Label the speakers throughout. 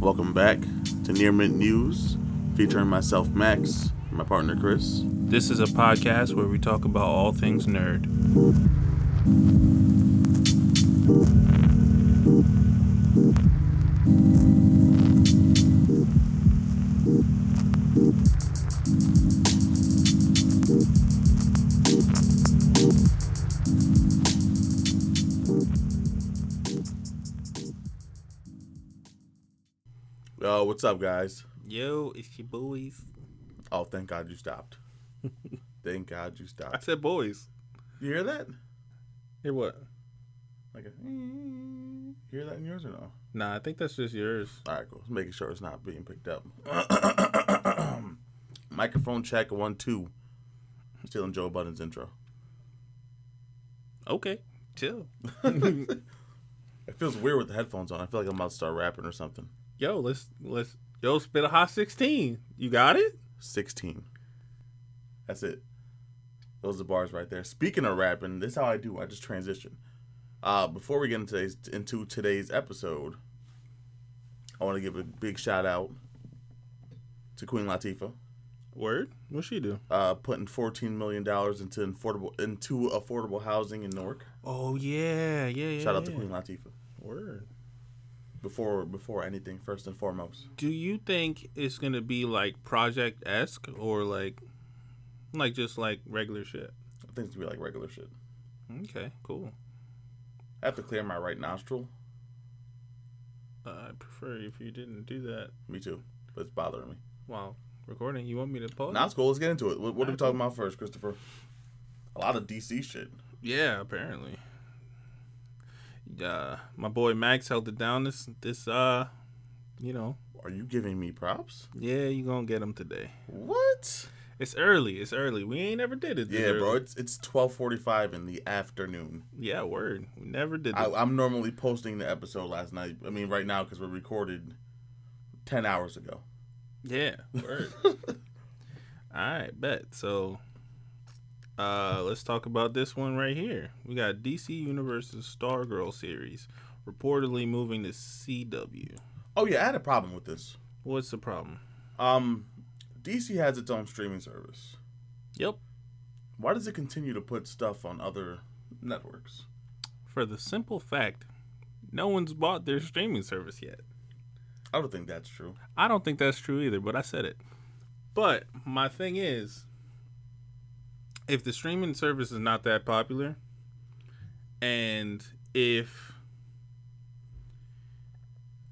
Speaker 1: Welcome back to Near Mint News, featuring myself, Max, and my partner, Chris.
Speaker 2: This is a podcast where we talk about all things nerd.
Speaker 1: Uh, what's up, guys?
Speaker 2: Yo, it's your boys.
Speaker 1: Oh, thank God you stopped. thank God you
Speaker 2: I
Speaker 1: stopped.
Speaker 2: said boys.
Speaker 1: You hear that?
Speaker 2: Hear what?
Speaker 1: Like, a, you hear that in yours or no?
Speaker 2: Nah, I think that's just yours.
Speaker 1: All right, cool. Just making sure it's not being picked up. Microphone check one two. Stealing Joe Budden's intro.
Speaker 2: Okay, chill.
Speaker 1: It feels weird with the headphones on. I feel like I'm about to start rapping or something.
Speaker 2: Yo, let's let's yo spit a hot sixteen. You got it?
Speaker 1: Sixteen. That's it. Those are the bars right there. Speaking of rapping, this is how I do. I just transition. Uh, before we get into today's, into today's episode, I want to give a big shout out to Queen Latifah.
Speaker 2: Word. What she do?
Speaker 1: uh, putting fourteen million dollars into affordable into affordable housing in Newark.
Speaker 2: Oh yeah, yeah, yeah.
Speaker 1: Shout out to
Speaker 2: yeah.
Speaker 1: Queen Latifah.
Speaker 2: Word.
Speaker 1: Before before anything, first and foremost,
Speaker 2: Do you think it's gonna be like project esque or like like just like regular shit?
Speaker 1: I think it's gonna be like regular shit.
Speaker 2: Okay, cool.
Speaker 1: I have to clear my right nostril.
Speaker 2: Uh, I prefer if you didn't do that
Speaker 1: Me too, but it's bothering me.
Speaker 2: while recording. You want me to pause?
Speaker 1: Now it's cool. Let's get into it. What, what are we talking about first, Christopher? A lot of DC shit.
Speaker 2: Yeah, apparently. Uh, my boy Max held it down this this uh you know.
Speaker 1: Are you giving me props?
Speaker 2: Yeah, you gonna get him today.
Speaker 1: What?
Speaker 2: It's early, it's early. We ain't never did it. this
Speaker 1: Yeah, bro.
Speaker 2: early.
Speaker 1: It's it's twelve forty five in the afternoon.
Speaker 2: Yeah, word. We never did
Speaker 1: I,
Speaker 2: this.
Speaker 1: I'm normally posting the episode last night. I mean, right now because we recorded ten hours ago.
Speaker 2: yeah, word. Alright, bet. So uh let's talk about this one right here. We got DC Universe's Stargirl series reportedly moving to CW.
Speaker 1: Oh yeah, I had a problem with this.
Speaker 2: What's the problem?
Speaker 1: Um, DC has its own streaming service.
Speaker 2: Yep.
Speaker 1: Why does it continue to put stuff on other networks?
Speaker 2: For the simple fact, no one's bought their streaming service yet.
Speaker 1: I don't think that's true.
Speaker 2: I don't think that's true either, but I said it. But my thing is, if the streaming service is not that popular, and if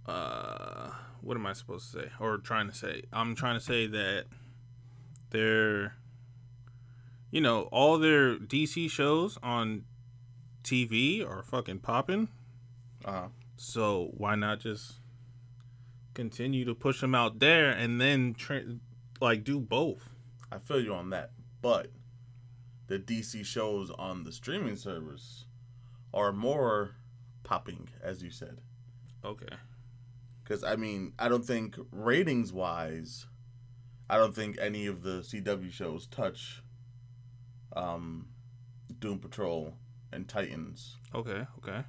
Speaker 2: uh, what am I supposed to say or trying to say? I'm trying to say that they're, you know, all their DC shows on TV are fucking popping.
Speaker 1: Uh,
Speaker 2: So why not just continue to push them out there and then tra- like do both?
Speaker 1: I feel you on that, but the DC shows on the streaming service are more popping, as you said.
Speaker 2: Okay.
Speaker 1: Because I mean, I don't think ratings wise, I don't think any of the CW shows touch um, Doom Patrol and Titans.
Speaker 2: Okay. Okay.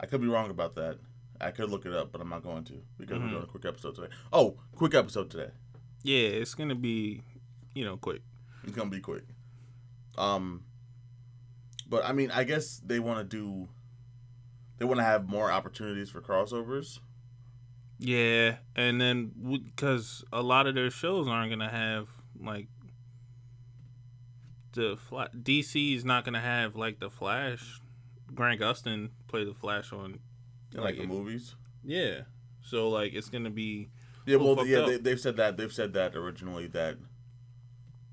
Speaker 1: I could be wrong about that. I could look it up, but I'm not going to because
Speaker 2: Mhm.
Speaker 1: we're doing a quick episode today. Oh, quick episode today.
Speaker 2: Yeah, it's gonna be, you know, quick.
Speaker 1: It's gonna be quick. Um, but I mean, I guess they want to do. They want to have more opportunities for crossovers.
Speaker 2: Yeah, and then because a lot of their shows aren't gonna have like the fla- DC is not gonna have like the Flash. Grant Gustin play the Flash on.
Speaker 1: Like, like the
Speaker 2: Like-
Speaker 1: movies.
Speaker 2: Yeah. So like it's gonna be
Speaker 1: Yeah,
Speaker 2: Well,
Speaker 1: well,
Speaker 2: fucked
Speaker 1: yeah,
Speaker 2: up.
Speaker 1: they, they've said that. They've said that originally that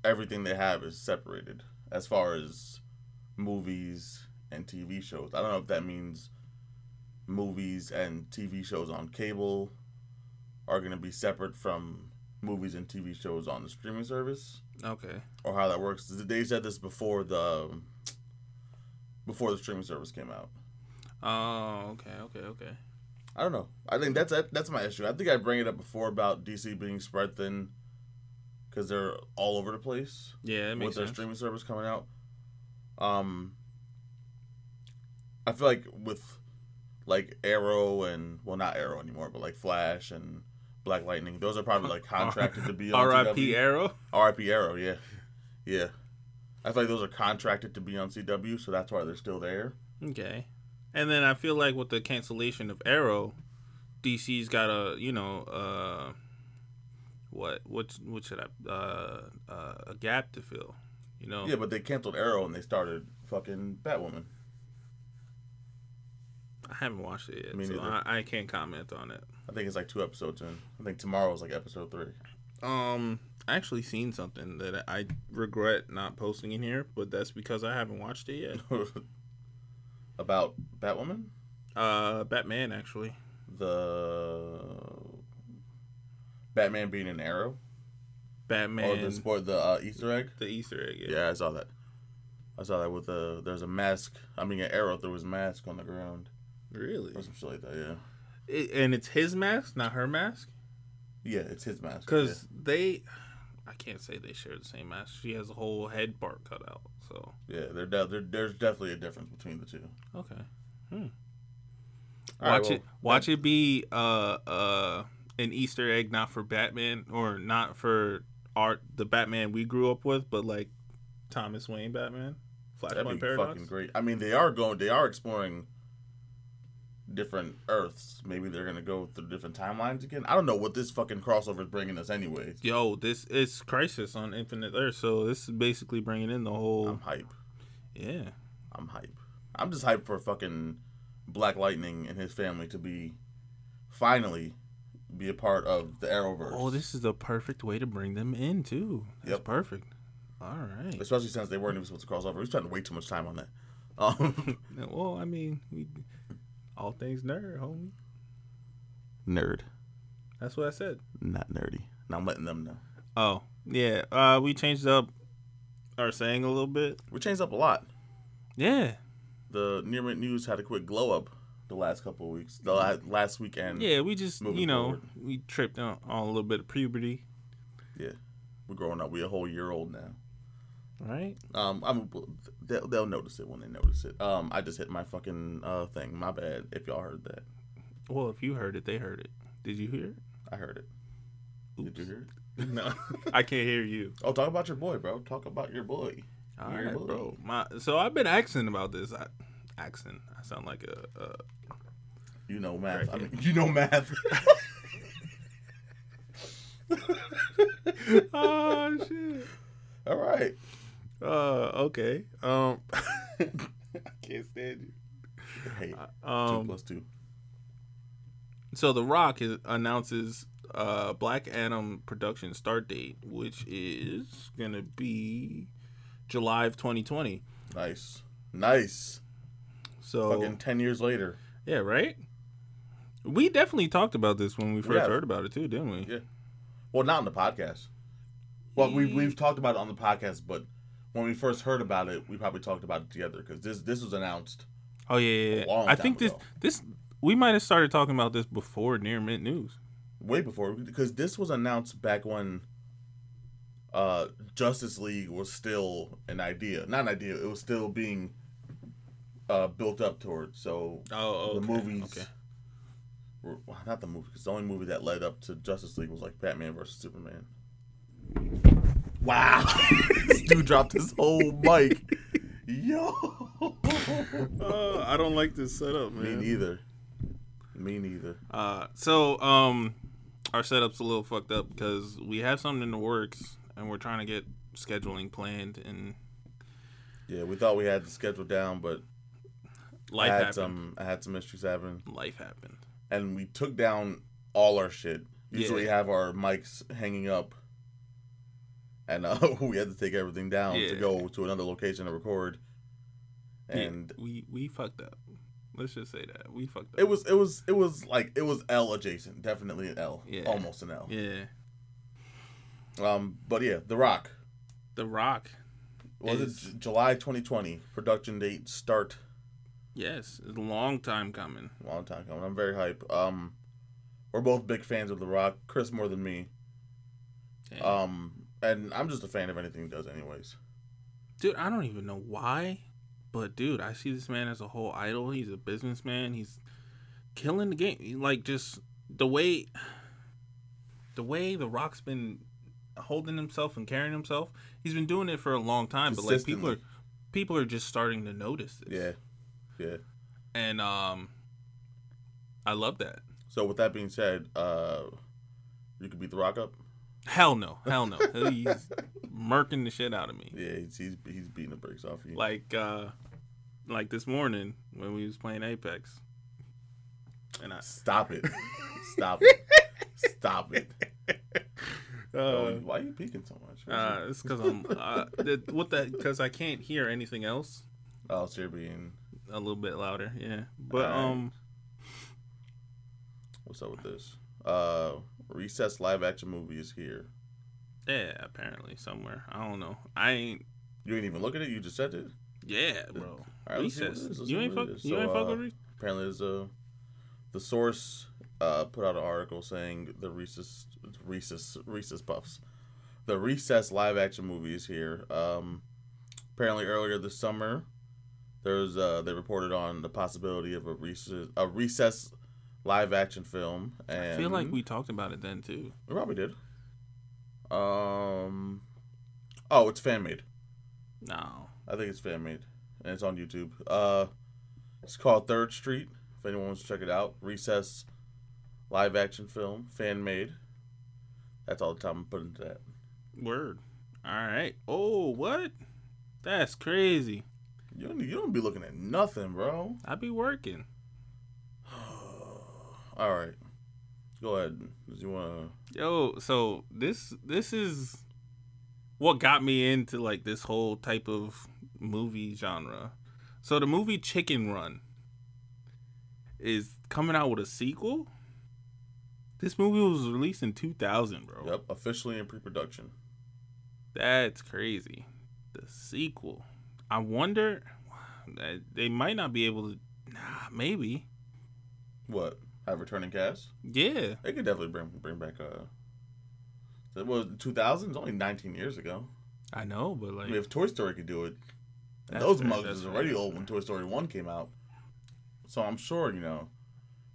Speaker 1: everything they have is separated as far as movies and TV shows. I don't know if that means movies and TV shows on cable are going to be separate from movies and TV shows on the streaming service
Speaker 2: okay.
Speaker 1: or how that works. They said this before the um, before the streaming service came out.
Speaker 2: Oh, okay, okay, okay.
Speaker 1: I don't know. I think that's that's my issue. I think I bring it up before about DC being spread thin because they're all over the place
Speaker 2: Yeah, it
Speaker 1: with
Speaker 2: makes
Speaker 1: their
Speaker 2: sense.
Speaker 1: streaming service coming out. Um, I feel like with like Arrow and well, not Arrow anymore, but like Flash and Black Lightning. Those are probably like contracted to be on
Speaker 2: R.I.P.
Speaker 1: CW.
Speaker 2: Arrow.
Speaker 1: R.I.P. Arrow. Yeah, yeah. I feel like those are contracted to be on CW, so that's why they're still there.
Speaker 2: Okay. And then I feel like with the cancellation of Arrow, DC's got a you know uh, what what what should I uh, uh, a gap to fill, you know?
Speaker 1: Yeah, but they canceled Arrow and they started fucking Batwoman.
Speaker 2: I haven't watched it yet,
Speaker 1: Me
Speaker 2: so
Speaker 1: neither.
Speaker 2: I, I can't comment on it.
Speaker 1: I think it's like two episodes in. I think tomorrow's like episode three.
Speaker 2: Um, I actually seen something that I regret not posting in here, but that's because I haven't watched it yet.
Speaker 1: About Batwoman,
Speaker 2: Uh, Batman actually.
Speaker 1: Oh, the Batman being an Arrow,
Speaker 2: Batman.
Speaker 1: or the sport, the uh, Easter egg.
Speaker 2: the Easter egg.
Speaker 1: Yeah, I saw that. I saw that with the there's a mask. I mean, an arrow through his mask on the ground
Speaker 2: Really?
Speaker 1: or some shit like that. Yeah,
Speaker 2: It, and it's his mask, not her mask,
Speaker 1: yeah, it's his mask.
Speaker 2: because they. I can't say they share the same mask. She has a whole head part cut out. So
Speaker 1: yeah, yeah they're, de- they're there's definitely a difference between the two.
Speaker 2: okay. Hmm.
Speaker 1: All right,
Speaker 2: watch it.
Speaker 1: well,
Speaker 2: Watch it be uh uh an Easter egg, not for Batman or not for art the Batman we grew up with, but like Thomas Wayne Batman,
Speaker 1: That'd be
Speaker 2: Flashpoint Paradox.
Speaker 1: fucking great. I mean, they are going. They are exploring different Earths. Maybe they're gonna go through different timelines again. I don't know what this fucking crossover is bringing us, anyways.
Speaker 2: Yo, this is Crisis on Infinite Earth, so this is basically bringing in the whole.
Speaker 1: I'm hype.
Speaker 2: yeah,
Speaker 1: I'm hype. I'm just hype for fucking Black Lightning and his family to be finally be a part of the Arrowverse.
Speaker 2: Oh, this is the perfect way to bring them in too. That's
Speaker 1: Yep.
Speaker 2: perfect. All right.
Speaker 1: especially since they weren't even supposed to cross over. We spent way too much time on that. Um,
Speaker 2: Well, I mean, we, all things nerd, homie.
Speaker 1: nerd,
Speaker 2: That's what I said.
Speaker 1: not nerdy. Now I'm letting them know.
Speaker 2: Oh yeah, uh, we changed up our saying a little bit.
Speaker 1: We changed up a lot.
Speaker 2: Yeah,
Speaker 1: The near mint news had a quick glow up the last couple of weeks, the la- last weekend.
Speaker 2: yeah. We just
Speaker 1: Moving
Speaker 2: you know
Speaker 1: forward.
Speaker 2: we tripped on, on a little bit of puberty,
Speaker 1: we're growing up. We're a whole year old now.
Speaker 2: right?
Speaker 1: Um, I'm they'll, they'll notice it when they notice it. Um, I just hit my fucking uh thing. My bad. If y'all heard that,
Speaker 2: Well, if you heard it, they heard it. Did you hear
Speaker 1: I heard it.
Speaker 2: it?
Speaker 1: Did
Speaker 2: Oops.
Speaker 1: you hear it? No.
Speaker 2: I can't hear you.
Speaker 1: oh, talk about your boy, bro. Talk about your boy.
Speaker 2: All
Speaker 1: Your
Speaker 2: right,
Speaker 1: boy.
Speaker 2: bro. My so I've been asking about this. I, accent. I sound like a. a
Speaker 1: You know math. I
Speaker 2: Crackhead.
Speaker 1: mean, you know math.
Speaker 2: oh shit.
Speaker 1: All right.
Speaker 2: Uh, okay. Um, I can't stand
Speaker 1: Hey,
Speaker 2: you.
Speaker 1: two
Speaker 2: Um,
Speaker 1: plus two.
Speaker 2: so The Rock is, announces uh Black Adam production start date, which is gonna be July of 2020.
Speaker 1: Nice. Nice.
Speaker 2: So
Speaker 1: Fucking 10 years later.
Speaker 2: yeah, right. We definitely talked about this when we first
Speaker 1: have.
Speaker 2: heard about it too, didn't we?
Speaker 1: Yeah. Well, not on the podcast. Well, we've, we've talked about it on the podcast, but when we first heard about it, we probably talked about it together because this, this was announced.
Speaker 2: Oh yeah, yeah.
Speaker 1: A
Speaker 2: yeah.
Speaker 1: long
Speaker 2: I
Speaker 1: time
Speaker 2: think this
Speaker 1: ago.
Speaker 2: this we might have started talking about this before Near Mint News.
Speaker 1: way before because this was announced back when uh Justice League was still an idea. Not an idea, it was still being uh built up towards. So
Speaker 2: Oh,
Speaker 1: the movies were well, not the movie because the only movie that led up to Justice League was like Batman versus Superman. Wow. this dude dropped his whole mic. Yo.
Speaker 2: Uh, I don't like this setup,
Speaker 1: Me neither. Me neither.
Speaker 2: Uh, so um, our setup's a little fucked up because we have something in the works and we're trying to get scheduling planned and
Speaker 1: Yeah, we thought we had the schedule down, but
Speaker 2: life
Speaker 1: I had
Speaker 2: happened.
Speaker 1: some I had some issues happening.
Speaker 2: Life happened.
Speaker 1: and we took down all our shit. Usually
Speaker 2: Yeah.
Speaker 1: have our mics hanging up, and uh, we had to take everything down to
Speaker 2: Yeah.
Speaker 1: go to another location to record. And
Speaker 2: Yeah, we we fucked up. Let's just say that we fucked up.
Speaker 1: it was it was it was like it was L adjacent, definitely an L,
Speaker 2: Yeah.
Speaker 1: almost an L.
Speaker 2: yeah.
Speaker 1: Um, but yeah, The Rock
Speaker 2: The Rock.
Speaker 1: was
Speaker 2: Is-
Speaker 1: it J- July 2020 production date start.
Speaker 2: Yes, it's a long time coming.
Speaker 1: Long time coming. I'm very hype. Um, we're both big fans of The Rock. Chris more than me.
Speaker 2: Damn.
Speaker 1: Um, and I'm just a fan of anything he does, anyways.
Speaker 2: dude, I don't even know why, but dude, I see this man as a whole idol. He's a businessman. He's killing the game. Like just the way the way The Rock's been holding himself and carrying himself, he's been doing it for a long time. But like people are,
Speaker 1: Consistently.
Speaker 2: people are just starting to notice this.
Speaker 1: Yeah. Yeah.
Speaker 2: and um, I love that.
Speaker 1: So with that being said, uh you could beat the rock up.
Speaker 2: Hell no, hell no. he's murking the shit out of me.
Speaker 1: Yeah, he's he's, he's beating the brakes off you.
Speaker 2: Like uh, like this morning when we was playing Apex, and I
Speaker 1: Stop it. Stop it. Stop it.
Speaker 2: uh,
Speaker 1: Yo, why are you peeking so much? What's
Speaker 2: Uh, it's because I'm uh, th- what that because I can't hear anything else.
Speaker 1: up? oh, so you're being
Speaker 2: A little bit louder, yeah. But
Speaker 1: Alright.
Speaker 2: um,
Speaker 1: what's up with this? Uh Recess live action movie is here.
Speaker 2: yeah. Apparently somewhere I don't know. I ain't.
Speaker 1: You didn't even look at it. You just said it.
Speaker 2: Yeah, bro.
Speaker 1: All right, let's see what it
Speaker 2: Recess.
Speaker 1: is, let's
Speaker 2: You
Speaker 1: see
Speaker 2: ain't
Speaker 1: what
Speaker 2: fuck.
Speaker 1: it is.
Speaker 2: You
Speaker 1: So,
Speaker 2: ain't fuck
Speaker 1: uh,
Speaker 2: with Reese.
Speaker 1: apparently there's a the source uh, put out an article saying the Reese's Reese's Reese's Puffs, the Recess live action movie is here. Um, apparently earlier this summer, there's uh, they reported on the possibility of a Reese's a Recess live action film. And
Speaker 2: I feel like we talked about it then too.
Speaker 1: we probably did. Um, oh, it's fan made.
Speaker 2: No.
Speaker 1: I think it's fan made, and it's on YouTube. Uh, it's called Third Street. If anyone wants to check it out, Recess, live action film, fan made. That's all the time I'm putting into that.
Speaker 2: Word. All right. Oh, what? That's crazy.
Speaker 1: You don't, you don't be looking at nothing, bro.
Speaker 2: I be working.
Speaker 1: all right, go ahead. Does you want
Speaker 2: Yo, so this this is what got me into like this whole type of movie genre. So the movie Chicken Run is coming out with a sequel. This movie was released in 2000, bro.
Speaker 1: to? Yep, officially in pre-production.
Speaker 2: That's crazy. The sequel. I wonder uh, they might not be able to nah, maybe.
Speaker 1: What have returning cast?
Speaker 2: Yeah.
Speaker 1: They could definitely bring bring back uh. That was 2000. It's only 19 years ago.
Speaker 2: I know, but like
Speaker 1: I mean, if Toy Story could do it, and
Speaker 2: That's
Speaker 1: those
Speaker 2: fair,
Speaker 1: mugs
Speaker 2: that's
Speaker 1: is
Speaker 2: fair,
Speaker 1: already
Speaker 2: that's
Speaker 1: old when Toy Story One came out. So I'm sure you know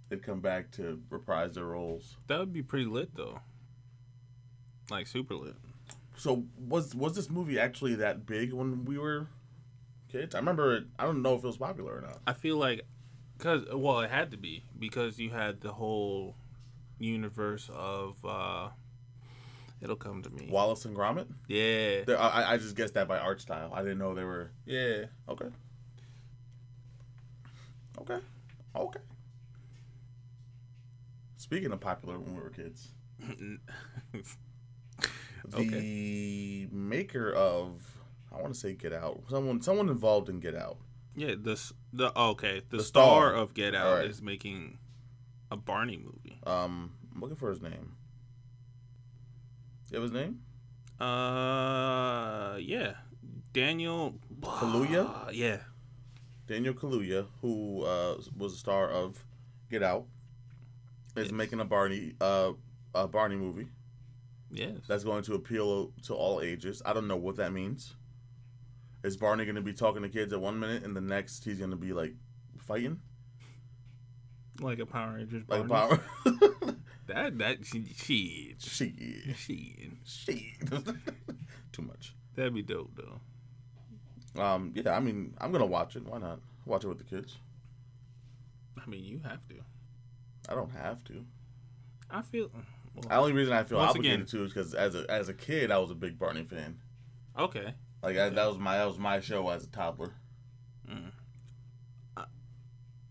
Speaker 1: they'd come back to reprise their roles.
Speaker 2: that would be pretty lit though. Like super lit.
Speaker 1: So was was this movie actually that big when we were kids? I remember it. I don't know if it was popular or not.
Speaker 2: I feel like, cause well, it had to be because you had the whole universe of. uh It'll come to me.
Speaker 1: Wallace and Gromit.
Speaker 2: Yeah,
Speaker 1: There, I, I just guessed that by art style. I didn't know they were
Speaker 2: yeah.
Speaker 1: okay. Okay, okay. Speaking of popular when we were kids, the maker of I want to say Get Out. Someone someone involved in Get Out.
Speaker 2: yeah. The s- the oh, okay. The,
Speaker 1: The
Speaker 2: star,
Speaker 1: star.
Speaker 2: of Get Out
Speaker 1: Alright.
Speaker 2: is making a Barney movie.
Speaker 1: Um, I'm looking for his name. You have his name?
Speaker 2: Uh, yeah. Daniel
Speaker 1: Kaluuya?
Speaker 2: yeah,
Speaker 1: Daniel Kaluuya, who uh, was a star of Get Out, is
Speaker 2: Yes.
Speaker 1: making a Barney uh, a Barney movie
Speaker 2: yes.
Speaker 1: that's going to appeal to all ages. I don't know what that means. Is Barney going to be talking to kids at one minute, and the next he's going to be like fighting
Speaker 2: like a Power Rangers.
Speaker 1: like a
Speaker 2: Barney.
Speaker 1: power?
Speaker 2: That that she she
Speaker 1: she,
Speaker 2: she.
Speaker 1: she, too much.
Speaker 2: That'd be dope though.
Speaker 1: Um, yeah, I mean, I'm gonna watch it. Why not? Watch it with the kids.
Speaker 2: I mean, you have to.
Speaker 1: I don't have to.
Speaker 2: I feel.
Speaker 1: The only reason I feel
Speaker 2: Once
Speaker 1: obligated
Speaker 2: again-
Speaker 1: to is because as a as a kid, I was a big Barney fan.
Speaker 2: Okay.
Speaker 1: Like I, that was my that was my show as a toddler.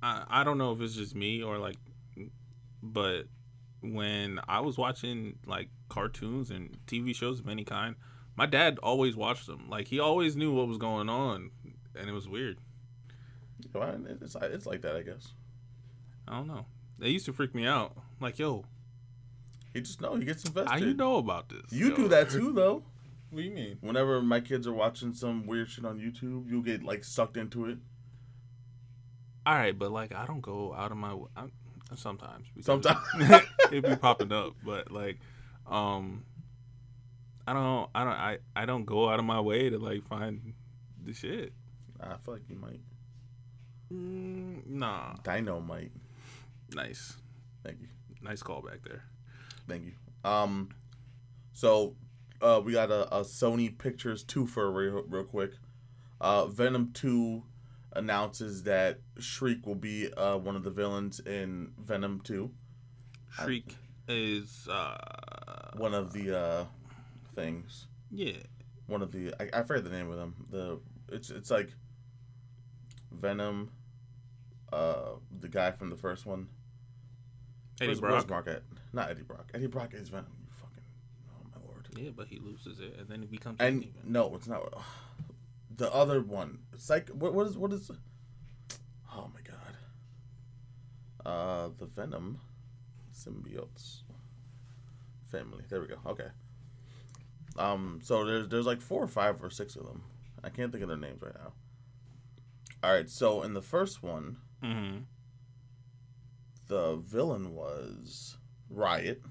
Speaker 2: I, I don't know if it's just me or like, but when I was watching like cartoons and TV shows of any kind, my dad always watched them. Like he always knew what was going on, and it was weird.
Speaker 1: You know, and It's it's like that, I guess.
Speaker 2: I don't know. They used to freak me out. Like, yo,
Speaker 1: He just no, he gets invested.
Speaker 2: how you know about this?
Speaker 1: You
Speaker 2: yo?
Speaker 1: do that too, though.
Speaker 2: What do you mean?
Speaker 1: Whenever my kids are watching some weird shit on YouTube, you get like sucked into it.
Speaker 2: All right, but like, I don't go out of my w- I, sometimes. because-
Speaker 1: Sometimes.
Speaker 2: it be popping up, but like, um, I don't, I don't, I, I don't go out of my way to like find the shit.
Speaker 1: I feel like you might
Speaker 2: Mm, nah,
Speaker 1: dynamite.
Speaker 2: nice,
Speaker 1: Thank you,
Speaker 2: nice call back there.
Speaker 1: thank you. Um, so uh, we got a, a Sony Pictures twofer real, real quick. Uh, Venom Two announces that Shriek will be uh, one of the villains in Venom Two.
Speaker 2: Shriek is uh
Speaker 1: One of the uh, things.
Speaker 2: yeah.
Speaker 1: One of the I, I forget the name of them. The it's it's like Venom. Uh, the guy from the first one.
Speaker 2: Eddie
Speaker 1: Where's- where's
Speaker 2: Brock.
Speaker 1: Brock at? Not Eddie Brock. Eddie Brock is Venom. You fucking. Oh my lord.
Speaker 2: Yeah, but he loses it and then it becomes
Speaker 1: And
Speaker 2: Candyman.
Speaker 1: no, it's not. The other one, psych. What, what is what is? Oh my god. Uh, the Venom symbiotes family. There we go. Okay. Um. So there's there's like four or five or six of them. I can't think of their names right now. All right. So in the first one,
Speaker 2: Mhm.
Speaker 1: the villain was Riot.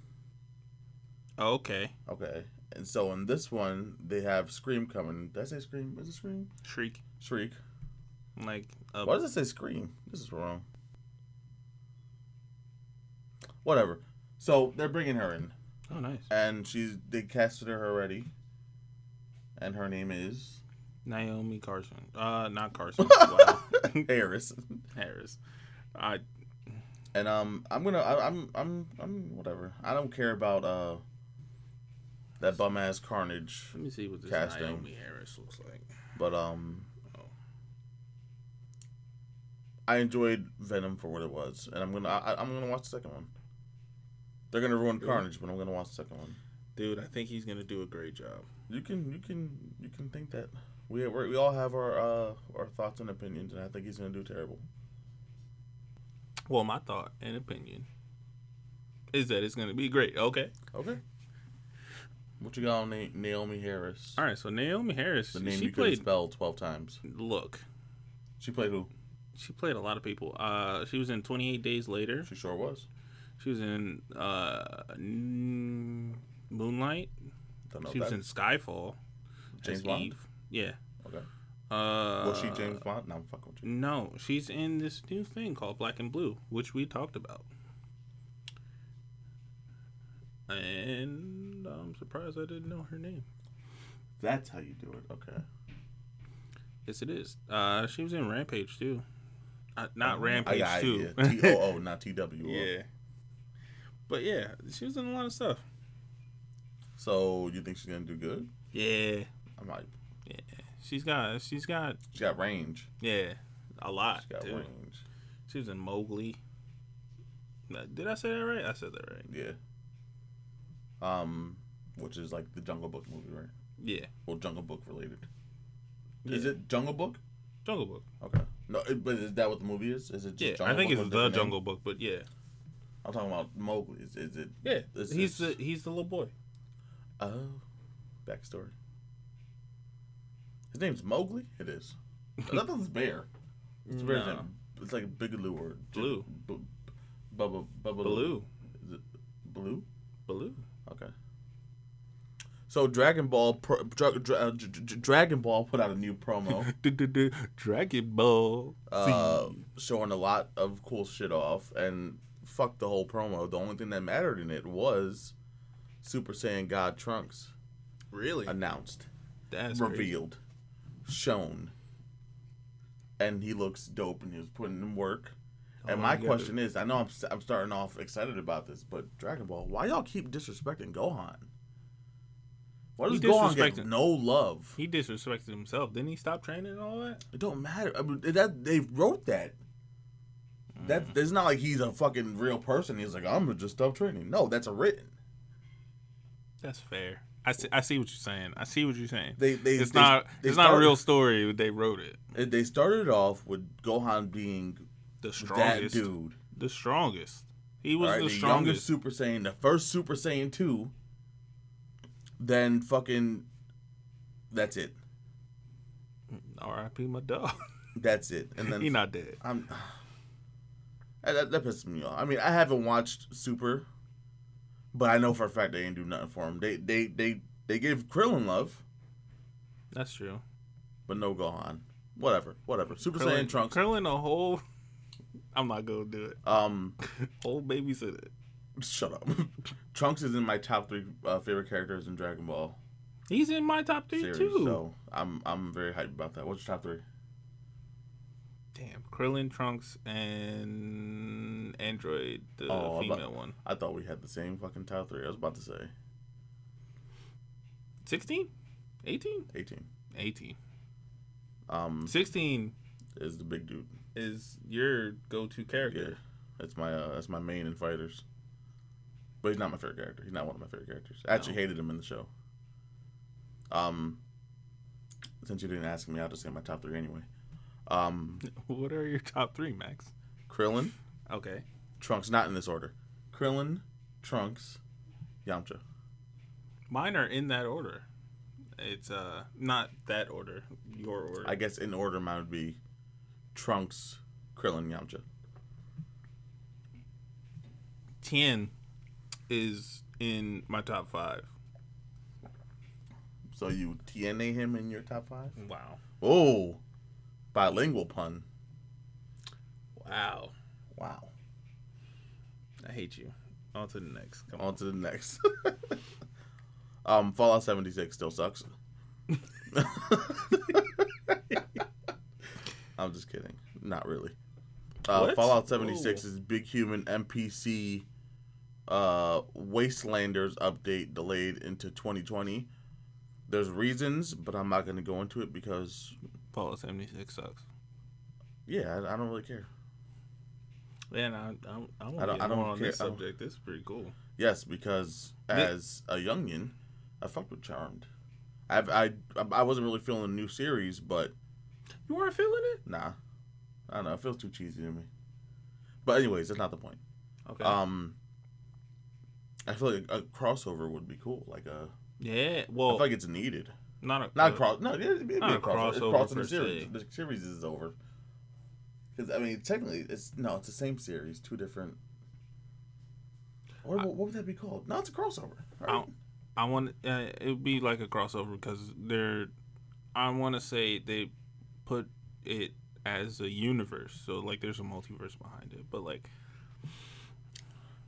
Speaker 2: Oh, okay.
Speaker 1: Okay. And so in this one, they have Scream coming. Did I say Scream? Is it Scream?
Speaker 2: Shriek.
Speaker 1: Shriek.
Speaker 2: Like uh, a
Speaker 1: Why does it say Scream? This is wrong. Whatever. So they're bringing her in,
Speaker 2: Oh nice.
Speaker 1: and she's they casted her already, and her name is
Speaker 2: Naomi Carson. Uh not Carson. wow.
Speaker 1: Harris.
Speaker 2: Harris. I
Speaker 1: And um, I'm gonna I, I'm I'm I'm whatever. I don't care about uh that bum ass Carnage,
Speaker 2: let me see what this
Speaker 1: Casting.
Speaker 2: Naomi Harris looks like.
Speaker 1: but um.
Speaker 2: Oh.
Speaker 1: I enjoyed Venom for what it was, and I'm gonna I, I'm gonna watch the second one. They're gonna ruin Carnage, but I'm gonna watch the second one.
Speaker 2: Dude, I think he's gonna do a great job.
Speaker 1: You can you can you can think that we we we all have our uh, our thoughts and opinions, and I think he's gonna do terrible.
Speaker 2: Well, my thought and opinion is that it's gonna be great. Okay.
Speaker 1: Okay. What you got on Na- Naomi Harris?
Speaker 2: All right. So Naomi Harris,
Speaker 1: The name
Speaker 2: she
Speaker 1: you couldn't
Speaker 2: played.
Speaker 1: spell twelve times.
Speaker 2: Look,
Speaker 1: She played who?
Speaker 2: she played a lot of people. Uh, she was in 28 Days Later.
Speaker 1: She sure was.
Speaker 2: She was in uh, N- Moonlight.
Speaker 1: Don't know
Speaker 2: she
Speaker 1: that.
Speaker 2: was in Skyfall. as
Speaker 1: James Bond?
Speaker 2: Yeah.
Speaker 1: Okay.
Speaker 2: Uh,
Speaker 1: was she James Bond? No, I'm fucking with you.
Speaker 2: No, she's in this new thing called Black and Blue, which we talked about. And I'm surprised I didn't know her name.
Speaker 1: That's how you do it. Okay.
Speaker 2: Yes, it is. Uh, she was in Rampage too. Uh, not
Speaker 1: I
Speaker 2: Rampage
Speaker 1: got
Speaker 2: too.
Speaker 1: it, yeah. T O O, not T W O.
Speaker 2: yeah. But yeah, she was in a lot of stuff.
Speaker 1: So you think she's gonna do good?
Speaker 2: Yeah.
Speaker 1: I'm like,
Speaker 2: Yeah. She's got. She's got.
Speaker 1: she got range.
Speaker 2: Yeah. A lot.
Speaker 1: She got
Speaker 2: dude.
Speaker 1: range.
Speaker 2: She was in Mowgli. Uh, Did I say that right? I said that right.
Speaker 1: Yeah. Um, which is like the Jungle Book movie, right?
Speaker 2: Yeah.
Speaker 1: Well, Jungle Book related. Is
Speaker 2: Yeah.
Speaker 1: it Jungle Book?
Speaker 2: Jungle Book?
Speaker 1: Okay. No, it, but is that what the movie is? Is it just
Speaker 2: Yeah.
Speaker 1: Jungle
Speaker 2: I think
Speaker 1: Book
Speaker 2: it's
Speaker 1: with a
Speaker 2: the
Speaker 1: different name?
Speaker 2: Jungle Book, but yeah.
Speaker 1: I'm talking about Mowgli. Is, is it?
Speaker 2: Yeah.
Speaker 1: This
Speaker 2: he's
Speaker 1: is-
Speaker 2: the he's the little boy.
Speaker 1: Oh, backstory. His name's Mowgli. It is. I thought that was bear. It's bear's
Speaker 2: No.
Speaker 1: name. It's like Bigaloo or J-
Speaker 2: Blue.
Speaker 1: Bu- Bubba Bubba
Speaker 2: Baloo.
Speaker 1: Is it Blue.
Speaker 2: Baloo.
Speaker 1: Okay. So Dragon Ball, pro, dra, dra, uh, Dra- Dra- Dragon Ball put out a new promo.
Speaker 2: Dragon Ball.
Speaker 1: uh, showing a lot of cool shit off and fuck the whole promo. The only thing that mattered in it was Super Saiyan God Trunks
Speaker 2: Really?
Speaker 1: announced,
Speaker 2: That's crazy.
Speaker 1: revealed, shown, and he looks dope and he was putting in work.
Speaker 2: Oh,
Speaker 1: and my
Speaker 2: you gotta-
Speaker 1: question is, I know I'm, s- I'm starting off excited about this, but Dragon Ball, why y'all keep disrespecting Gohan? Why
Speaker 2: He
Speaker 1: does Gohan get
Speaker 2: disrespected-
Speaker 1: no love?
Speaker 2: He disrespected himself. Didn't he stop training and all that?
Speaker 1: It don't matter. I mean, that they wrote that. That
Speaker 2: Mm.
Speaker 1: it's not like he's a fucking real person. He's like, I'm gonna just stop training. No, that's a written.
Speaker 2: That's fair. I see, I see what you're saying. I see what you're saying.
Speaker 1: They they
Speaker 2: it's
Speaker 1: they-
Speaker 2: not
Speaker 1: they
Speaker 2: it's not a
Speaker 1: started-
Speaker 2: real story. They wrote it.
Speaker 1: They started off with Gohan being
Speaker 2: The
Speaker 1: that
Speaker 2: strongest.
Speaker 1: dude.
Speaker 2: The strongest. He was
Speaker 1: All right,
Speaker 2: the
Speaker 1: the, youngest
Speaker 2: strongest.
Speaker 1: Super Saiyan, the first Super Saiyan two. Then fucking, that's it.
Speaker 2: R.I.P. My dog.
Speaker 1: That's it. And then
Speaker 2: he not dead.
Speaker 1: I'm. That, that, that pisses me off. I mean, I haven't watched Super, but I know for a fact they ain't do nothing for him. They they they they gave Krillin love,
Speaker 2: That's true.
Speaker 1: but no Gohan. Whatever, whatever. Super Saiyan
Speaker 2: Curling,
Speaker 1: Trunks.
Speaker 2: curling a whole. I'm not gonna do it.
Speaker 1: Um,
Speaker 2: Whole babysit it.
Speaker 1: shut up. Trunks is in my top three uh, favorite characters in Dragon Ball
Speaker 2: He's in my top three
Speaker 1: series,
Speaker 2: too.
Speaker 1: so I'm I'm very hyped about that. What's your top three?
Speaker 2: Damn, Krillin, Trunks, and Android, the
Speaker 1: Oh, I'm
Speaker 2: female
Speaker 1: about-
Speaker 2: one.
Speaker 1: I thought we had the same fucking top three. I was about to say
Speaker 2: 16? 18?
Speaker 1: 18.
Speaker 2: 18.
Speaker 1: Um,
Speaker 2: 16
Speaker 1: is the big dude.
Speaker 2: is your go-to
Speaker 1: Yeah,
Speaker 2: character.
Speaker 1: that's my uh, that's my main in fighters. But he's not my favorite character. He's not one of my favorite characters. I actually
Speaker 2: No.
Speaker 1: hated him in the show. Um, since you didn't ask me, I'll just say my top three anyway. Um,
Speaker 2: What are your top three, Max?
Speaker 1: Krillin,
Speaker 2: Okay.
Speaker 1: Trunks, not in this order. Krillin, Trunks, Yamcha.
Speaker 2: Mine are in that order. It's uh not that order, your order.
Speaker 1: I guess in order mine would be Trunks, Krillin, Yamcha.
Speaker 2: Tien is in my top five.
Speaker 1: So you TNA him in your top five?
Speaker 2: Wow.
Speaker 1: Oh, bilingual pun.
Speaker 2: Wow.
Speaker 1: Wow.
Speaker 2: I hate you. On to the next. Come
Speaker 1: On to the next. um, Fallout 76 still sucks. I'm just kidding. Not really. Uh,
Speaker 2: What?
Speaker 1: Fallout 76
Speaker 2: Whoa.
Speaker 1: is big human NPC uh, Wastelanders update delayed into 2020. There's reasons, but I'm not going to go into it because,
Speaker 2: Fallout 76 sucks.
Speaker 1: yeah, I, I don't really care.
Speaker 2: Man, I, I, I
Speaker 1: I don't-
Speaker 2: want to
Speaker 1: I
Speaker 2: get
Speaker 1: don't
Speaker 2: more on
Speaker 1: care-
Speaker 2: this
Speaker 1: I don't-
Speaker 2: subject. This is pretty cool.
Speaker 1: Yes, because as a youngin, I fucked with Charmed. I've, I I wasn't really feeling the new series, but
Speaker 2: You weren't feeling it?
Speaker 1: nah, I don't know. It feels too cheesy to me. But anyways, that's not the point.
Speaker 2: Okay.
Speaker 1: Um, I feel like a, crossover would be cool. Like a,
Speaker 2: yeah.
Speaker 1: I
Speaker 2: Well,
Speaker 1: feel like it's needed.
Speaker 2: not a uh,
Speaker 1: Not a cross. No, it'd be it'd be
Speaker 2: Not
Speaker 1: a
Speaker 2: a
Speaker 1: crossover. It's
Speaker 2: crossover
Speaker 1: crossing the
Speaker 2: per
Speaker 1: series.
Speaker 2: se.
Speaker 1: The series is over. Because I mean, technically, it's no, it's the same series, two different. Or what would that be called? No, it's a crossover.
Speaker 2: I,
Speaker 1: right?
Speaker 2: don't- I want uh, it would be like a crossover because they're. I want to say they put it as a universe, so like there's a multiverse behind it. But like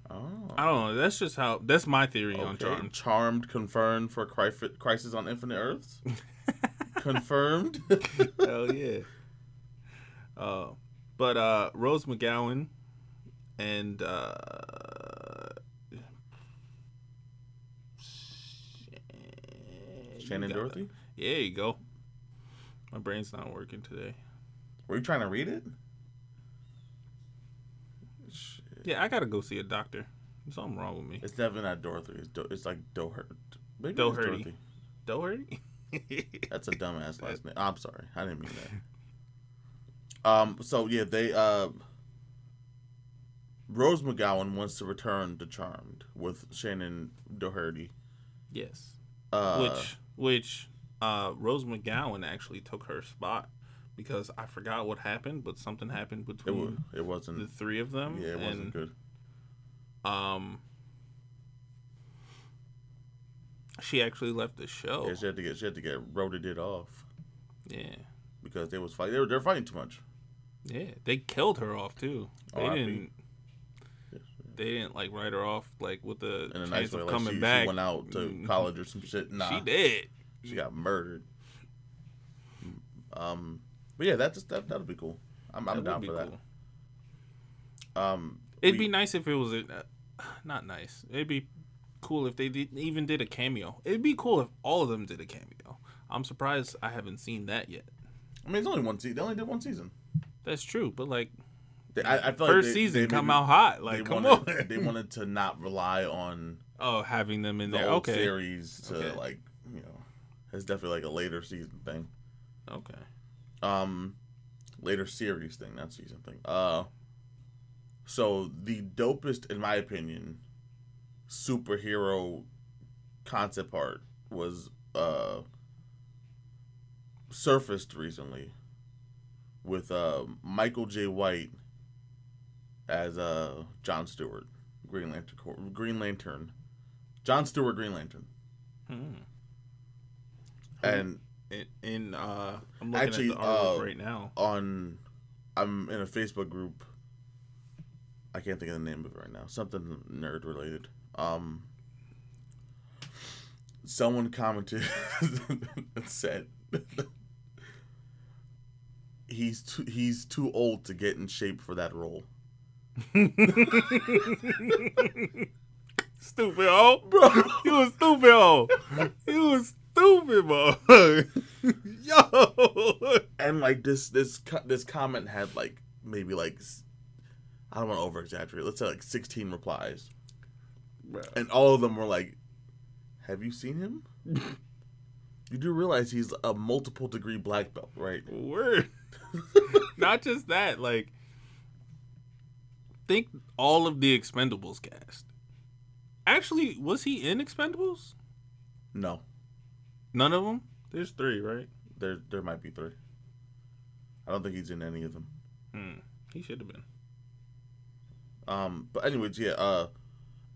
Speaker 1: Oh.
Speaker 2: I don't know. That's just how. That's my theory on
Speaker 1: Okay,
Speaker 2: Charmed.
Speaker 1: Charmed confirmed for Cri- Crisis on Infinite Earths. confirmed.
Speaker 2: Hell yeah. Uh, but uh, Rose McGowan and uh,
Speaker 1: Shannon
Speaker 2: You got it.
Speaker 1: Dorothy.
Speaker 2: Yeah, you go. My brain's not working today.
Speaker 1: Were you trying to read it?
Speaker 2: Yeah, I gotta go see a doctor. There's something wrong with me.
Speaker 1: It's definitely not Dorothy. It's, do- it's like Doher. Maybe it's
Speaker 2: Doherty.
Speaker 1: Dorothy.
Speaker 2: Doherty?
Speaker 1: That's a dumbass last name. I'm sorry. I didn't mean that. um. So yeah, they uh. Rose McGowan wants to return to Charmed with Shannon Doherty.
Speaker 2: yes.
Speaker 1: Uh,
Speaker 2: which which uh Rose McGowan actually took her spot because I forgot what happened, but something happened
Speaker 1: it, wa-
Speaker 2: between
Speaker 1: it
Speaker 2: the
Speaker 1: wasn't.
Speaker 2: three of them.
Speaker 1: Yeah, it wasn't good.
Speaker 2: good. Um she actually left the show.
Speaker 1: Yeah, she had to get she had to get rotated it off
Speaker 2: Yeah.
Speaker 1: because they was fight. They were they're fighting too much.
Speaker 2: Yeah. They killed her off too. They
Speaker 1: R.I.P.
Speaker 2: didn't they didn't like write her off like with the
Speaker 1: in a
Speaker 2: chance
Speaker 1: nice way.
Speaker 2: of
Speaker 1: Like
Speaker 2: coming
Speaker 1: she,
Speaker 2: back.
Speaker 1: she went out to
Speaker 2: Mm,
Speaker 1: college or some shit. Nah,
Speaker 2: She
Speaker 1: she,
Speaker 2: did.
Speaker 1: got murdered. Um, but yeah, that's that that'll be cool. I'm, I'm
Speaker 2: That would
Speaker 1: down
Speaker 2: be
Speaker 1: for that.
Speaker 2: cool.
Speaker 1: Um,
Speaker 2: It'd
Speaker 1: we-
Speaker 2: be nice if it was a, uh, not nice. It'd be cool if they did, even did a cameo. It'd be cool if all of them did a cameo. I'm surprised I haven't seen that yet.
Speaker 1: I mean, it's only one season. They only did one season.
Speaker 2: That's true, but like
Speaker 1: They, I, I feel like
Speaker 2: first
Speaker 1: they-
Speaker 2: season
Speaker 1: they
Speaker 2: come
Speaker 1: maybe-
Speaker 2: out hot.
Speaker 1: They
Speaker 2: Like come
Speaker 1: wanted,
Speaker 2: on.
Speaker 1: they wanted to not rely on
Speaker 2: oh, having them in
Speaker 1: the
Speaker 2: there.
Speaker 1: old
Speaker 2: Okay.
Speaker 1: series to
Speaker 2: Okay.
Speaker 1: like you know. It's definitely like a later season thing.
Speaker 2: Okay.
Speaker 1: um later series thing, not season thing. Uh so the dopest in my opinion superhero concept art was uh surfaced recently with uh Michael J. White as uh John Stewart, Green Lantern Cor- Green Lantern. John Stewart Green Lantern.
Speaker 2: Hmm.
Speaker 1: And
Speaker 2: In, in uh, I'm looking
Speaker 1: Actually,
Speaker 2: at the artwork
Speaker 1: uh,
Speaker 2: right now.
Speaker 1: on I'm in a Facebook group. I can't think of the name of it right now. Something nerd related. Um someone commented and said he's too, he's too old to get in shape for that role.
Speaker 2: Stupid hoe, bro. You was stupid hoe. You was stupid, bro. Yo.
Speaker 1: And like this this co- this comment had like maybe like s- I don't want to over exaggerate. Let's say like 16 replies. And all of them were like, "Have you seen him?" you do realize he's a multiple degree black belt, right?
Speaker 2: Word. Not just that, like think all of the Expendables cast. Actually, was he in Expendables?
Speaker 1: No,
Speaker 2: None of them. There's three, right?
Speaker 1: there there might be three. I don't think he's in any of them.
Speaker 2: Hmm. He should have been.
Speaker 1: Um, but anyways, yeah. Uh,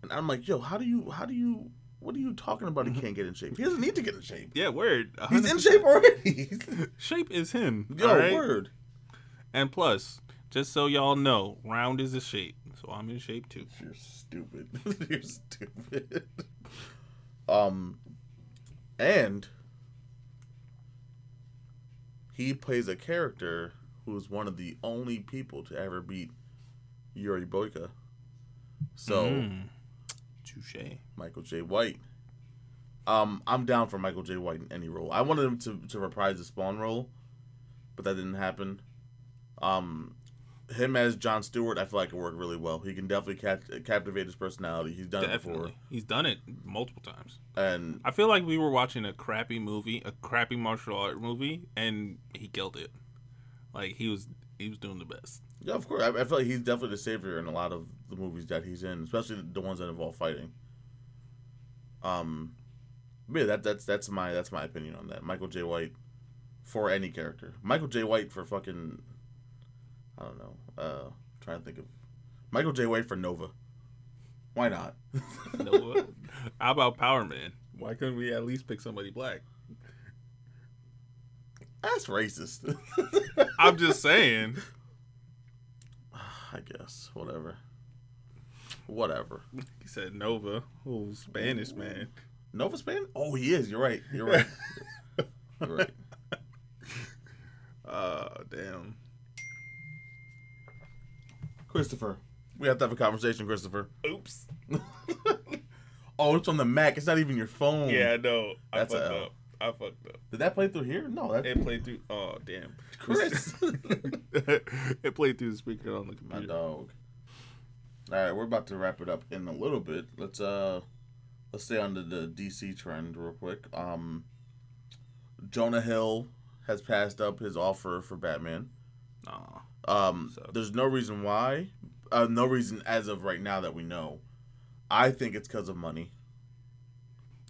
Speaker 1: and I'm like, yo, how do you, how do you, what are you talking about?
Speaker 2: Mm-hmm.
Speaker 1: He can't get in shape. He doesn't need to get in shape.
Speaker 2: Yeah, word.
Speaker 1: He's in
Speaker 2: 100%.
Speaker 1: shape already.
Speaker 2: Shape is him.
Speaker 1: yo,
Speaker 2: all right?
Speaker 1: word.
Speaker 2: And plus, just so y'all know, round is a shape, so I'm in shape too.
Speaker 1: You're stupid. You're stupid. Um, and he plays a character who's one of the only people to ever beat Yuri Boyka. So.
Speaker 2: Mm. touche.
Speaker 1: Michael J. White. Um, I'm down for Michael J. White in any role. I wanted him to, to reprise the Spawn role, but that didn't happen. Um, him as John Stewart, I feel like it worked really well. He can definitely cap- captivate his personality. He's done
Speaker 2: Definitely, he's done it multiple times.
Speaker 1: it before, and
Speaker 2: I feel like we were watching a crappy movie, a crappy martial art movie, and he killed it. Like he was, he was doing the best.
Speaker 1: yeah, of course, I, I feel like he's definitely the savior in a lot of the movies that he's in, especially the ones that involve fighting. Um, yeah, that that's that's my that's my opinion on that. Michael J. White for any character. Michael J. White for fucking I don't know. Uh trying to think of Michael J. White for Nova. Why not?
Speaker 2: You know what? How about Power Man? Why couldn't we at least pick somebody black?
Speaker 1: That's racist.
Speaker 2: I'm just saying.
Speaker 1: I guess. Whatever. Whatever.
Speaker 2: He said Nova, oh Spanish man.
Speaker 1: Nova Span? Oh he is, you're right. You're right. You're right.
Speaker 2: Oh damn.
Speaker 1: Christopher. We have to have a conversation, Christopher.
Speaker 2: Oops.
Speaker 1: Oh, it's on the Mac. It's not even your phone.
Speaker 2: Yeah, I know. I
Speaker 1: Hmm. That's a
Speaker 2: fucked
Speaker 1: L.
Speaker 2: up. I fucked up.
Speaker 1: Did that play through here? No, that
Speaker 2: It played through. Oh damn,
Speaker 1: Chris.
Speaker 2: it played through the speaker on the
Speaker 1: My
Speaker 2: computer.
Speaker 1: dog. All right, we're about to wrap it up in a little bit. Let's uh, let's stay on to the DC trend real quick. Um, Jonah Hill has passed up his offer for Batman.
Speaker 2: Nah.
Speaker 1: Um,
Speaker 2: Sucks.
Speaker 1: there's no reason why, uh, no reason as of right now that we know. I think it's because of money.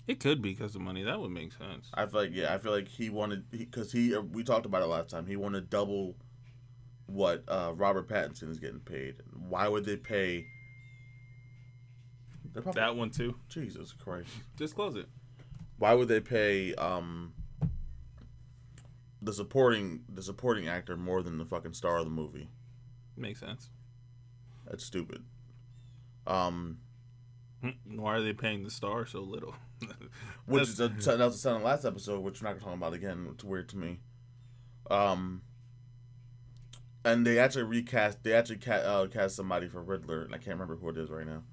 Speaker 2: It could be because of money. That would make sense.
Speaker 1: I feel like yeah, I feel like he wanted because he, uh we talked about it last time. He wanted double what uh, Robert Pattinson is getting paid. Why would they pay? They're probably
Speaker 2: That one too.
Speaker 1: Jesus Christ.
Speaker 2: Just close it.
Speaker 1: Why would they pay um the supporting the supporting actor more than the fucking star of the movie?
Speaker 2: Makes sense.
Speaker 1: That's stupid. Um,
Speaker 2: Hmm. Why are they paying the star so little?
Speaker 1: which
Speaker 2: That's-
Speaker 1: is a, that was a sound in the last episode, which I'm not gonna talk about again. It's weird to me. Um, and they actually recast. They actually ca- uh, cast somebody for Riddler, and I can't remember who it is right now.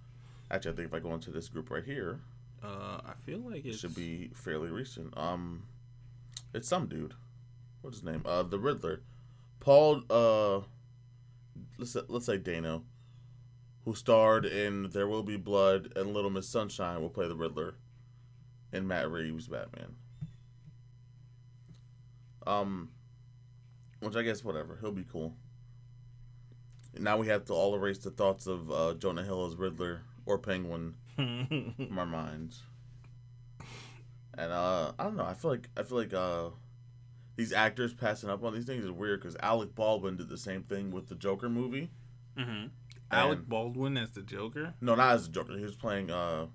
Speaker 1: Actually, I think if I go into this group right here,
Speaker 2: uh, I feel like
Speaker 1: it
Speaker 2: it
Speaker 1: should be fairly recent. Um, it's some dude. What's his name? Uh, the Riddler, Paul. Uh, let's say, let's say Dano, who starred in There Will Be Blood and Little Miss Sunshine, will play the Riddler in Matt Reeves' Batman. Um, which I guess whatever. He'll be cool. And now we have to all erase the thoughts of uh, Jonah Hill as Riddler or Penguin
Speaker 2: Mm-hmm.
Speaker 1: from our minds. And uh, I don't know. I feel like I feel like uh, these actors passing up on these things is weird because Alec Baldwin did the same thing with the Joker movie.
Speaker 2: hmm Alec
Speaker 1: And-
Speaker 2: Baldwin as the Joker.
Speaker 1: No, not as the Joker. He was playing. Uh,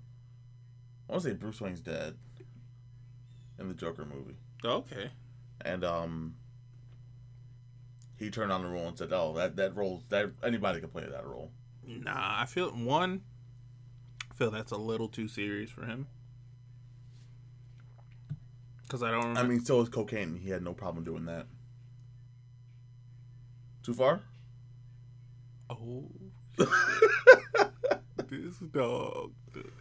Speaker 1: I want to say Bruce Wayne's dad in the Joker movie,
Speaker 2: Okay.
Speaker 1: and um, he turned on the role and said, "Oh, that that role that anybody can play that role."
Speaker 2: Nah, I feel one. I feel that's a little too serious for him. because I don't. Remember.
Speaker 1: I mean, so is cocaine. He had no problem doing that. Too far?
Speaker 2: oh, this dog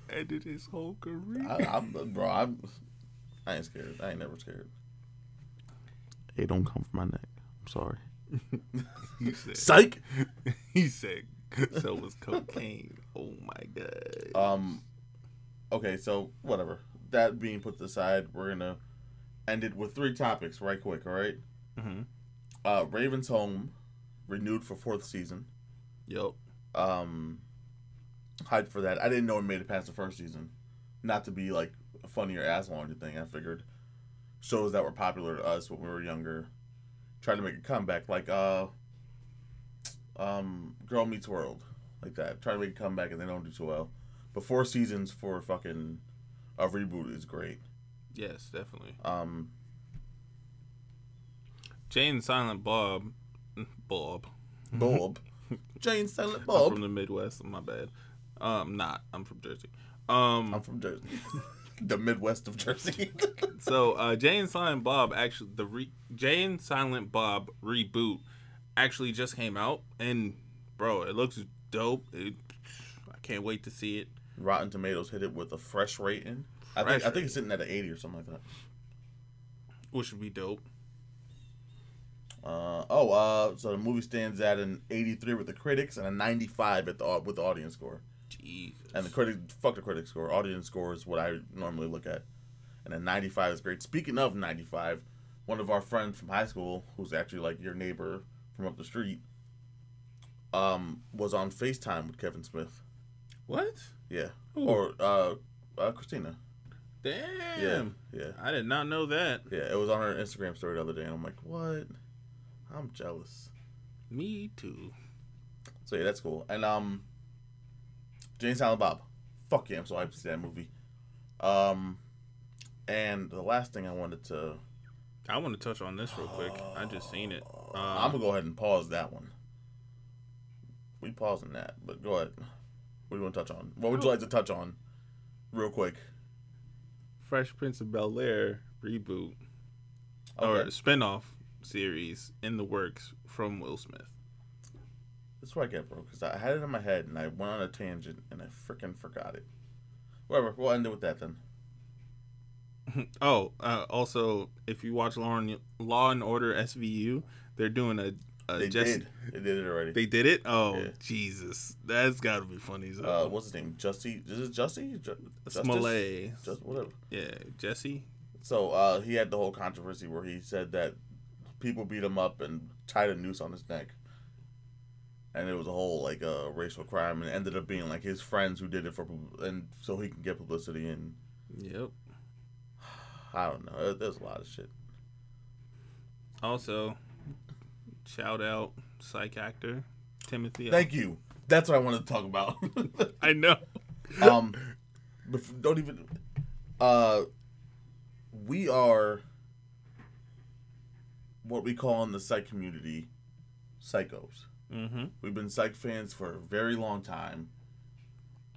Speaker 2: ended his whole career.
Speaker 1: I, I'm, bro, I'm, I ain't scared. I ain't never scared. Hey, don't come for my neck. I'm sorry.
Speaker 2: he said.
Speaker 1: Psych.
Speaker 2: He said. So was cocaine. Oh my god.
Speaker 1: Um, okay, so whatever. That being put aside, we're gonna end it with three topics right quick. All right.
Speaker 2: Mm-hmm.
Speaker 1: Uh, Ravens home renewed for fourth season.
Speaker 2: Yup.
Speaker 1: um hyped for that. I didn't know it made it past the first season. Not to be like a funnier asshole or anything, I figured shows that were popular to us when we were younger tried to make a comeback, like uh um Girl Meets World. Like that. Try to make a comeback and they don't do too well. But four seasons for a fucking a reboot is great.
Speaker 2: Yes, definitely.
Speaker 1: Um
Speaker 2: Jane Silent Bob. Bob.
Speaker 1: Bulb. Jane Silent
Speaker 2: I'm
Speaker 1: Bulb.
Speaker 2: from the Midwest. My bad. Um, not. I'm from Jersey. Um,
Speaker 1: I'm from Jersey. the Midwest of Jersey.
Speaker 2: so uh, Jay and Silent Bob actually the re- Jay and Silent Bob reboot actually just came out, and bro, it looks dope. It, I can't wait to see it.
Speaker 1: Rotten Tomatoes hit it with a fresh rating. I think I
Speaker 2: Fresh
Speaker 1: think
Speaker 2: rating.
Speaker 1: it's sitting at an eighty or something like
Speaker 2: Which would be dope.
Speaker 1: that. Uh, oh, uh, so the movie stands at an eighty three with the critics and a ninety five at the au- with the audience score.
Speaker 2: Jesus.
Speaker 1: And the critic fuck the critic score. Audience score is what I normally look at, and a ninety five is great. Speaking of ninety five, one of our friends from high school, who's actually like your neighbor from up the street, um, was on Facetime with Kevin Smith.
Speaker 2: what?
Speaker 1: Yeah,
Speaker 2: Ooh.
Speaker 1: or uh, uh, Christina.
Speaker 2: Damn.
Speaker 1: Yeah, yeah.
Speaker 2: I did not know that.
Speaker 1: Yeah, it was on her Instagram story the other day, and I'm like, what? I'm jealous.
Speaker 2: Me too.
Speaker 1: So yeah, that's cool. And um, Jane Silent Bob, fuck yeah, I'm so hyped to see that movie. Um, and the last thing I wanted to,
Speaker 2: I want to touch on this real quick. I just seen it. Um,
Speaker 1: I'm gonna go ahead and pause that one. We pausing that, but go ahead. What do you want to touch on? What would you like to touch on, real quick?
Speaker 2: Fresh Prince of Bel Air reboot or
Speaker 1: Okay.
Speaker 2: spinoff series in the works from Will Smith.
Speaker 1: That's what I get, bro. Because I had it in my head and I went on a tangent and I freaking forgot it. Whatever. We'll end it with that then.
Speaker 2: Oh, uh, also, if you watch Law and, Law and Order SVU, they're doing a, a
Speaker 1: They
Speaker 2: Uh, Jesse-
Speaker 1: did. They did it already.
Speaker 2: They did it. Oh
Speaker 1: Yeah.
Speaker 2: Jesus, that's got to be funny. as
Speaker 1: uh,
Speaker 2: hell.
Speaker 1: what's his name? Justy? Is it Justy? Ju- Justice?
Speaker 2: Smollett.
Speaker 1: Just whatever.
Speaker 2: yeah, Jesse.
Speaker 1: So uh, he had the whole controversy where he said that people beat him up and tied a noose on his neck, and it was a whole like uh, racial crime, and it ended up being like his friends who did it for, pub- and so he can get publicity. And
Speaker 2: Yep.
Speaker 1: I don't know. There- There's a lot of shit.
Speaker 2: Also, shout out psych actor Timothy.
Speaker 1: Thank you. That's what I wanted to talk about.
Speaker 2: I know.
Speaker 1: um, bef- don't even. Uh, we are what we call in the psych community psychos.
Speaker 2: Mm-hmm.
Speaker 1: We've been psych fans for a very long time,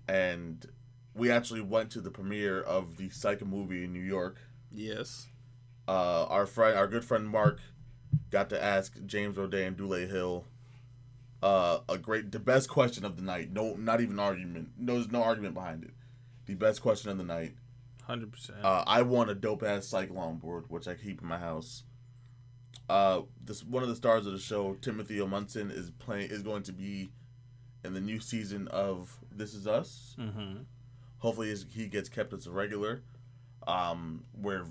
Speaker 1: and we actually went to the premiere of the psych movie in New York.
Speaker 2: Yes.
Speaker 1: Uh, our friend, our good friend Mark, got to ask James Roday and Dule Hill. Uh, a great, the best question of the night. No, not even argument. No, there's no argument behind it. The best question of the night.
Speaker 2: Hundred percent.
Speaker 1: Uh, I won a dope ass psych longboard, which I keep in my house. Uh, this one of the stars of the show, Timothy O'Munson, is playing is going to be in the new season of This Is Us.
Speaker 2: Mm-hmm.
Speaker 1: Hopefully, he's- he gets kept as a regular. Um, we're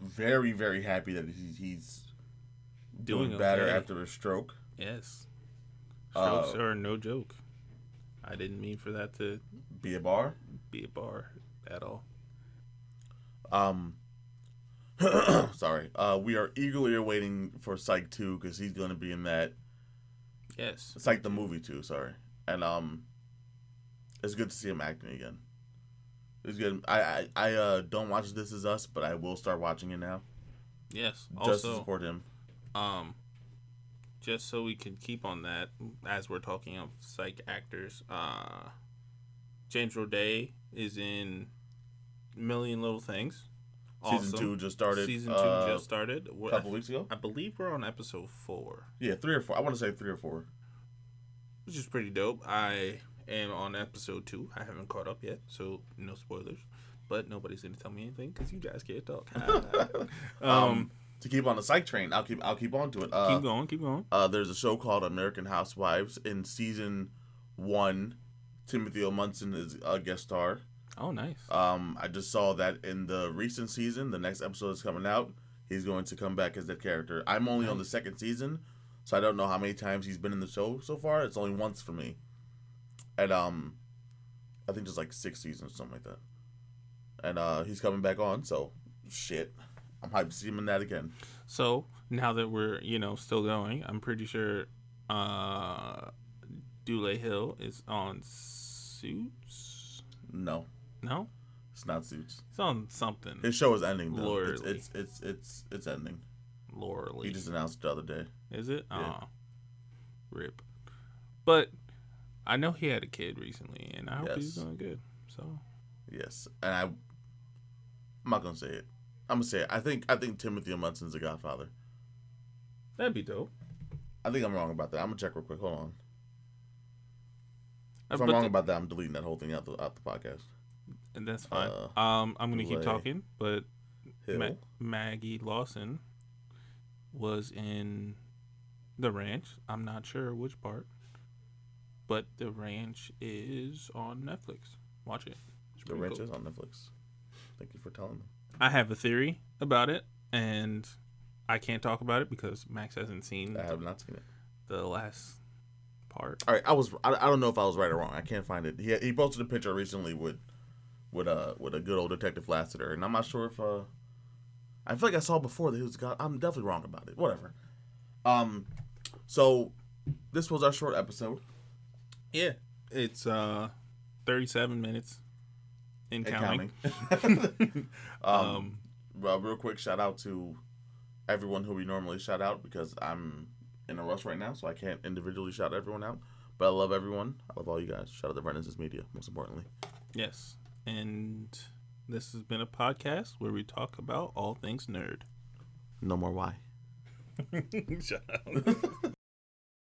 Speaker 1: very very happy that he's, he's doing, better
Speaker 2: okay.
Speaker 1: after a stroke.
Speaker 2: Yes.
Speaker 1: Uh,
Speaker 2: Strokes are no joke. I didn't mean for that to
Speaker 1: Be a bar.
Speaker 2: be a bar at all.
Speaker 1: Um, sorry. Uh, we are eagerly awaiting for Psych Two because he's going to be in that.
Speaker 2: Yes.
Speaker 1: It's like the movie too, sorry. And um it's good to see him acting again. It's good. I I, I uh, don't watch This Is Us, but I will start watching it now
Speaker 2: Yes.
Speaker 1: just to
Speaker 2: Also,
Speaker 1: support him.
Speaker 2: um just so we can keep on that as we're talking of psych actors uh james roday is in million little things
Speaker 1: Season
Speaker 2: Awesome.
Speaker 1: two just started.
Speaker 2: Season two
Speaker 1: uh,
Speaker 2: just started.
Speaker 1: a
Speaker 2: We're-
Speaker 1: couple weeks ago.
Speaker 2: I believe we're on episode four,
Speaker 1: Yeah, three or four. I want to say three or four.
Speaker 2: which is pretty dope. I am on episode two. I haven't caught up yet, so no spoilers. But nobody's gonna tell me anything because you guys can't talk. um,
Speaker 1: to keep on the psych train, I'll keep I'll keep on to it. Uh,
Speaker 2: keep going, keep going.
Speaker 1: uh, there's a show called American Housewives. In season one, Timothy O. Munson is a guest star.
Speaker 2: Oh, nice.
Speaker 1: Um, I just saw that in the recent season, the next episode is coming out. He's going to come back as that character. I'm only on the second season, so I don't know how many times he's been in the show so far. It's only once for me, and um, I think there's like six seasons, something like that. And uh, he's coming back on, so shit, I'm hyped to see him in that again.
Speaker 2: So now that we're you know still going, I'm pretty sure uh, Dule Hill is on Suits.
Speaker 1: No,
Speaker 2: No,
Speaker 1: it's not suits.
Speaker 2: he's on something.
Speaker 1: His show is ending. Though.
Speaker 2: Lord.
Speaker 1: It's, it's it's it's it's ending.
Speaker 2: Laura Lee.
Speaker 1: He just announced it the other day.
Speaker 2: Is it?
Speaker 1: Yeah.
Speaker 2: Oh, rip. But I know he had a kid recently, and I hope he's
Speaker 1: Yes.
Speaker 2: doing good. So
Speaker 1: Yes, and I, I'm not gonna say it. I'm gonna say it. I think I think Timothy Munson's the Godfather.
Speaker 2: that'd be dope.
Speaker 1: I think I'm wrong about that. I'm gonna check real quick. Hold on.
Speaker 2: Uh,
Speaker 1: If I'm
Speaker 2: but
Speaker 1: wrong
Speaker 2: the-
Speaker 1: about that, I'm deleting that whole thing out the out the podcast.
Speaker 2: and that's fine.
Speaker 1: uh,
Speaker 2: um, I'm gonna keep
Speaker 1: Dulé
Speaker 2: talking, but
Speaker 1: Hill.
Speaker 2: Ma- Maggie Lawson was in the ranch. I'm not sure which part, but the ranch is on Netflix. Watch it. It's
Speaker 1: the
Speaker 2: pretty
Speaker 1: Ranch
Speaker 2: cool.
Speaker 1: is on Netflix. Thank you for telling me.
Speaker 2: I have a theory about it, and I can't talk about it because Max hasn't seen
Speaker 1: I have not seen it.
Speaker 2: the last part.
Speaker 1: All right, I was I, I don't know if I was right or wrong. I can't find it. He he posted a picture recently with with a with a good old Detective Lassiter, and I'm not sure if uh I feel like I saw before that he was God. I'm definitely wrong about it. Whatever. Um, so this was our short episode.
Speaker 2: Yeah, it's uh, thirty-seven minutes in
Speaker 1: and
Speaker 2: counting.
Speaker 1: counting. um,
Speaker 2: Um,
Speaker 1: well, real quick shout out to everyone who we normally shout out because I'm in a rush right now, so I can't individually shout everyone out. But I love everyone. I love all you guys. Shout out to Renaissance Media, most importantly.
Speaker 2: Yes, and this has been a podcast where we talk about all things nerd.
Speaker 1: No more why.
Speaker 2: Shut up.